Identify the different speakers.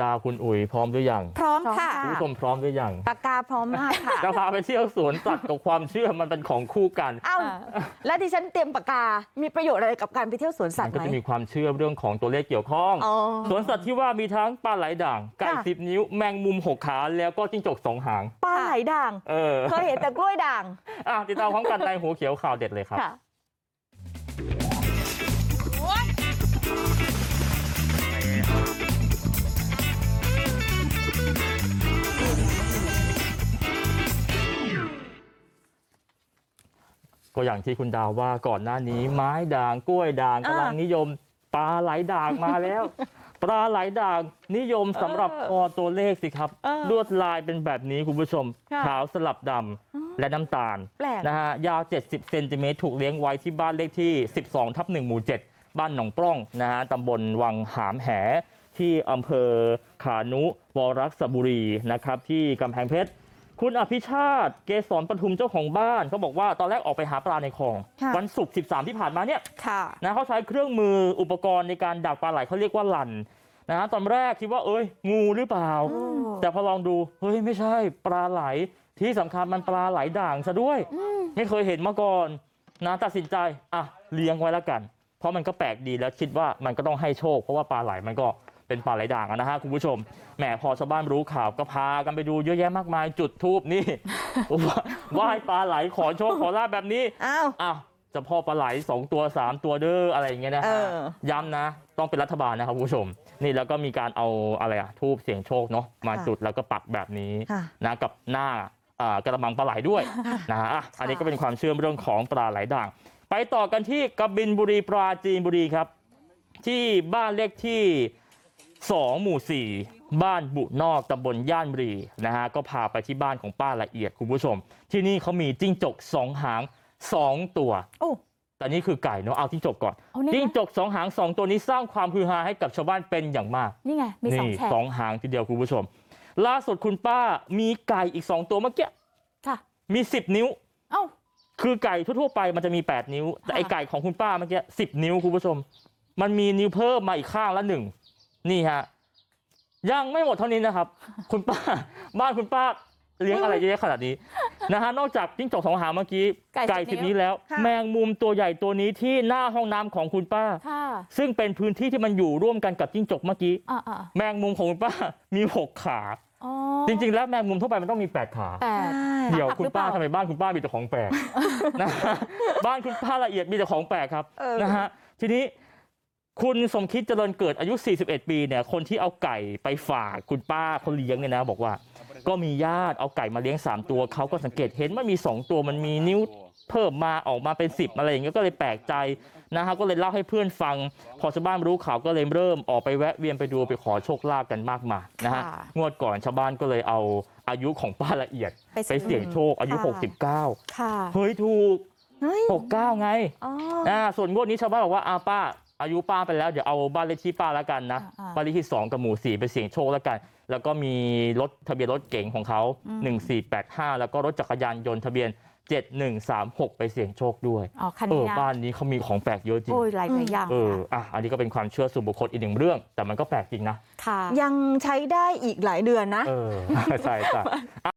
Speaker 1: ดาวคุณอุ๋ยพร้อมหรือยัง
Speaker 2: พร้อมค่ะ
Speaker 1: คุณผู้ชมพร้อมหรือยัง
Speaker 3: ปากกาพร้อมมากค่ะ
Speaker 1: จะพาไปเที่ยวสวนสัตว์กับความเชื่อมันเป็นของคู่กัน
Speaker 3: เอ้าแล้วดิฉันเตรียมปากกา มีประโยชน์อะไรกับการไปเที่ยวสวนสั
Speaker 1: มั
Speaker 3: ต
Speaker 1: น
Speaker 3: ว์
Speaker 1: ก็
Speaker 3: ไหม
Speaker 1: จะมีความเชื่อเรื่องของตัวเลขเกี่ยวข้อง
Speaker 3: อ๋อ
Speaker 1: สวนสัตว์ที่ว่ามีทั้งปลาไหลด่าง ไก่
Speaker 3: ค่ะ
Speaker 1: สิบนิ้ว แมงมุมหกขาแล้วก็จิ้งจกสองหาง
Speaker 3: ปลาไหลด่าง
Speaker 1: เออ
Speaker 3: เคยเห็นแต่กล้วยด่าง
Speaker 1: อ่ะติดตามพร้อมกันในหัวเขียวข่าวเด็ดเลยครับ
Speaker 3: ค่ะ
Speaker 1: ก็อย่างที่คุณดาวว่าก่อนหน้านี้ ไม้ด่างกล้วยด่าง
Speaker 3: อ่าก
Speaker 1: ำลังนิยมปลาไหลด่างมา แล้ว ปลาไหลด่างนิยมสำหรับคอตัวเลขสิครับ
Speaker 3: เออ
Speaker 1: ลวดลายเป็นแบบนี้คุณผู้ชม
Speaker 3: ค่ะ
Speaker 1: ขาวสลับดำและน้ำตาล
Speaker 3: แปลก
Speaker 1: นะฮะยาว 70 เซนติเมตรถูกเลี้ยงไว้ที่บ้านเลขที่ 12 ทับ1หมู่ 7 บ้านหนองปล้องนะฮะตำบลวังหามแห ที่อำเภอขานุวรักษบุรีนะครับ ที่กำแพงเพชร คุณอภิชาติ เกษรปทุมเจ้าของบ้านเขาบอกว่าตอนแรกออกไปหาปลาในคลอง
Speaker 3: ค่ะ
Speaker 1: วันศุกร์ 13 ที่ผ่านมาเนี่ย
Speaker 2: ค่ะ
Speaker 1: นะเขาใช้เครื่องมืออุปกรณ์ในการดักปลาไหลเขาเรียกว่าหลันนะฮะตอนแรกคิดว่าเอ้ย งูหรือเปล่า แต่พอลองดูเฮ้ยไม่ใช่ปลาไหล ที่สำคัญมันปลาไหลด่างซะด้วย ไม่เคยเห็นมาก่อนนะตัดสินใจอ่ะเลี้ยงไว้แล้วกัน เพราะมันก็แปลกดีแล้วคิดว่ามันก็ต้องให้โชค เพราะว่าปลาไหลมันก็เป็นปลาไหลด่างอะนะฮะคุณผู้ชมแหมพอชาวบ้านรู้ข่าวก็พากันไปดูเยอะแยะมากมาย จุดทูบนี่ ไหว้ปลาไหลขอโชคขอลาบแบบนี้
Speaker 3: อ้าว
Speaker 1: อ้าวเจะพ่อปลาไหลสองตัวสามตัวเด้ออะไรอย่างเงี้ยนะ
Speaker 3: เอ
Speaker 1: ฮะ
Speaker 3: อ
Speaker 1: ย้ำนะ ต้องเป็นรัฐบาลนะครับคุณผู้ชม นี่แล้วก็มีการเอาอะไรอะทูบเสียงโชคเนาะมา
Speaker 3: ค่ะ
Speaker 1: จุดแล้วก็ปักแบบนี้
Speaker 3: ค่ะ
Speaker 1: นะกับหน้าอ่ากระมังปลาไหลด้วยนะฮะอ่ะอันนี้ก็เป็นความเชื่อเรื่องของปลาไหลด่าง ไปต่อกันที่กบินบุรีปราจีนบุรีครับ ที่บ้านเลขที่ 2 หมู่ 4 บ้านบุนอกตำบลย่านบุรีนะฮะก็พาไปที่บ้านของป้าละเอียดคุณผู้ชม ที่นี่เขามีจิ้งจกสองหางสองตัว
Speaker 3: โอ้
Speaker 1: แต่นี่คือไก่เนาะเอาจิ้งจกก่อน
Speaker 2: เอานี่ไง
Speaker 1: จิ้งจกสองหางสองตัวนี้สร้างความฮือฮาให้กับชาวบ้านเป็นอย่างมาก
Speaker 2: นี่ไง มีสอง
Speaker 1: นี่
Speaker 2: แฉก
Speaker 1: สองหางทีเดียวคุณผู้ชม ล่าสุดคุณป้ามีไก่อีกสองตัวเมื่อกี้
Speaker 2: ค่ะ
Speaker 1: มีสิบนิ้ว
Speaker 2: เอ้า
Speaker 1: คือไก่ทั่วๆไปมันจะมี 8 นิ้ว แต่ไอ
Speaker 2: ค่ะ
Speaker 1: ไก่ของคุณป้าเมื่อกี้สิบนิ้วคุณผู้ชม มันมีนิ้วเพิ่มมาอีกข้างละหนึ่งนี่ฮะยังไม่หมดเท่านี้นะครับ คุณป้า บ้านคุณป้าเลี้ยงอะไรเยอะแยะขนาดนี้นะฮะนอกจากจิ้งจกสองหางเมื่อกี้
Speaker 2: ไก่10
Speaker 1: สิบ
Speaker 2: นิ้ว
Speaker 1: นี้แล้ว
Speaker 3: ค่ะ
Speaker 1: แมงมุมตัวใหญ่ตัวนี้ที่หน้าห้องน้ำของคุณป้า
Speaker 2: ค่ะ
Speaker 1: ซึ่งเป็นพื้นที่ที่มันอยู่ร่วมกันกับจิ้งจกเมื่อกี้
Speaker 2: อ่าอ่า
Speaker 1: แมงมุมของคุณป้า มีหกขา
Speaker 2: อ๋อ
Speaker 1: จริง ๆ แล้วแมงมุมทั่วไปมันต้องมีแปดขา
Speaker 2: แต่
Speaker 3: ใช่
Speaker 1: เดี๋ยว
Speaker 2: หนัก
Speaker 1: คุณ
Speaker 2: หรือเป
Speaker 1: ป้า
Speaker 2: ล่า
Speaker 1: ทำไมบ้านคุณป้ามีแต่ของแป ลก นะฮะบ้านคุณป้าละเอียดมีแต่ของแปลกครับ
Speaker 3: เออ
Speaker 1: นะฮะทีนี้คุณสมคิดเจริญเกิดอายุ 41 ปีเนี่ยคนที่เอาไก่ไปฝากคุณป้าคนเลี้ยงเนี่ยนะ บอกว่า ก็มีญาติเอาไก่มาเลี้ยง 3 ตัวเขาก็สังเกตเห็นมันมี 2 ตัวมันมีนิ้วเพิ่มมาออกมาเป็น 10 อะไรอย่างเงี้ยก็เลยแปลกใจนะฮะก็เลยเล่าให้เพื่อนฟัง พอชาวบ้านรู้ข่าวก็เลยเริ่มออกไปแวะเวียนไปดูไปขอโชคลาภกันมากมายนะฮะ
Speaker 2: ค่ะ
Speaker 1: งวดก่อนชาวบ้านก็เลยเอาอายุของป้าละเอียด
Speaker 3: ไป
Speaker 1: ไป
Speaker 3: ซื้อ
Speaker 1: เสี่ยงโชคอายุ
Speaker 3: ค่ะ
Speaker 1: 69
Speaker 2: ค่ะ
Speaker 1: เฮ้ย ถูก
Speaker 3: เฮ้ย
Speaker 1: 69 ไง
Speaker 3: อ๋อ
Speaker 1: อ่าส่วนงวดนี้ชาวบ้านบอกว่าอาป้า อายุป้าไปแล้ว เดี๋ยวเอาบ้านเลขที่ป้าแล้วกันนะ
Speaker 2: อ่าๆ
Speaker 1: บ้านเลขที่ 2 กับหมู่ 4 ไปเสี่ยงโชคแล้วกัน แล้วก็มีรถทะเบียนรถเก๋งของเขา
Speaker 2: อืม
Speaker 1: 1485 แล้วก็รถจักรยานยนต์ทะเบียน 7136 ไปเสี่ยงโชคด้วย
Speaker 2: อ๋อคัน
Speaker 1: เอ
Speaker 2: นี้
Speaker 1: อ
Speaker 2: นะ
Speaker 1: บ้านนี้เขามีของแปลกเยอะจริง
Speaker 2: โอ้ยหลายหลายอย่าง
Speaker 1: เอออ่ะอันนี้ก็เป็นความเชื่อส่วนบุคคลอีกหนึ่งเรื่อง แต่มันก็แปลกจริงนะ
Speaker 2: ค่ะ
Speaker 3: ยังใช้ได้อีกหลายเดือนนะ
Speaker 1: เออใช่ใช่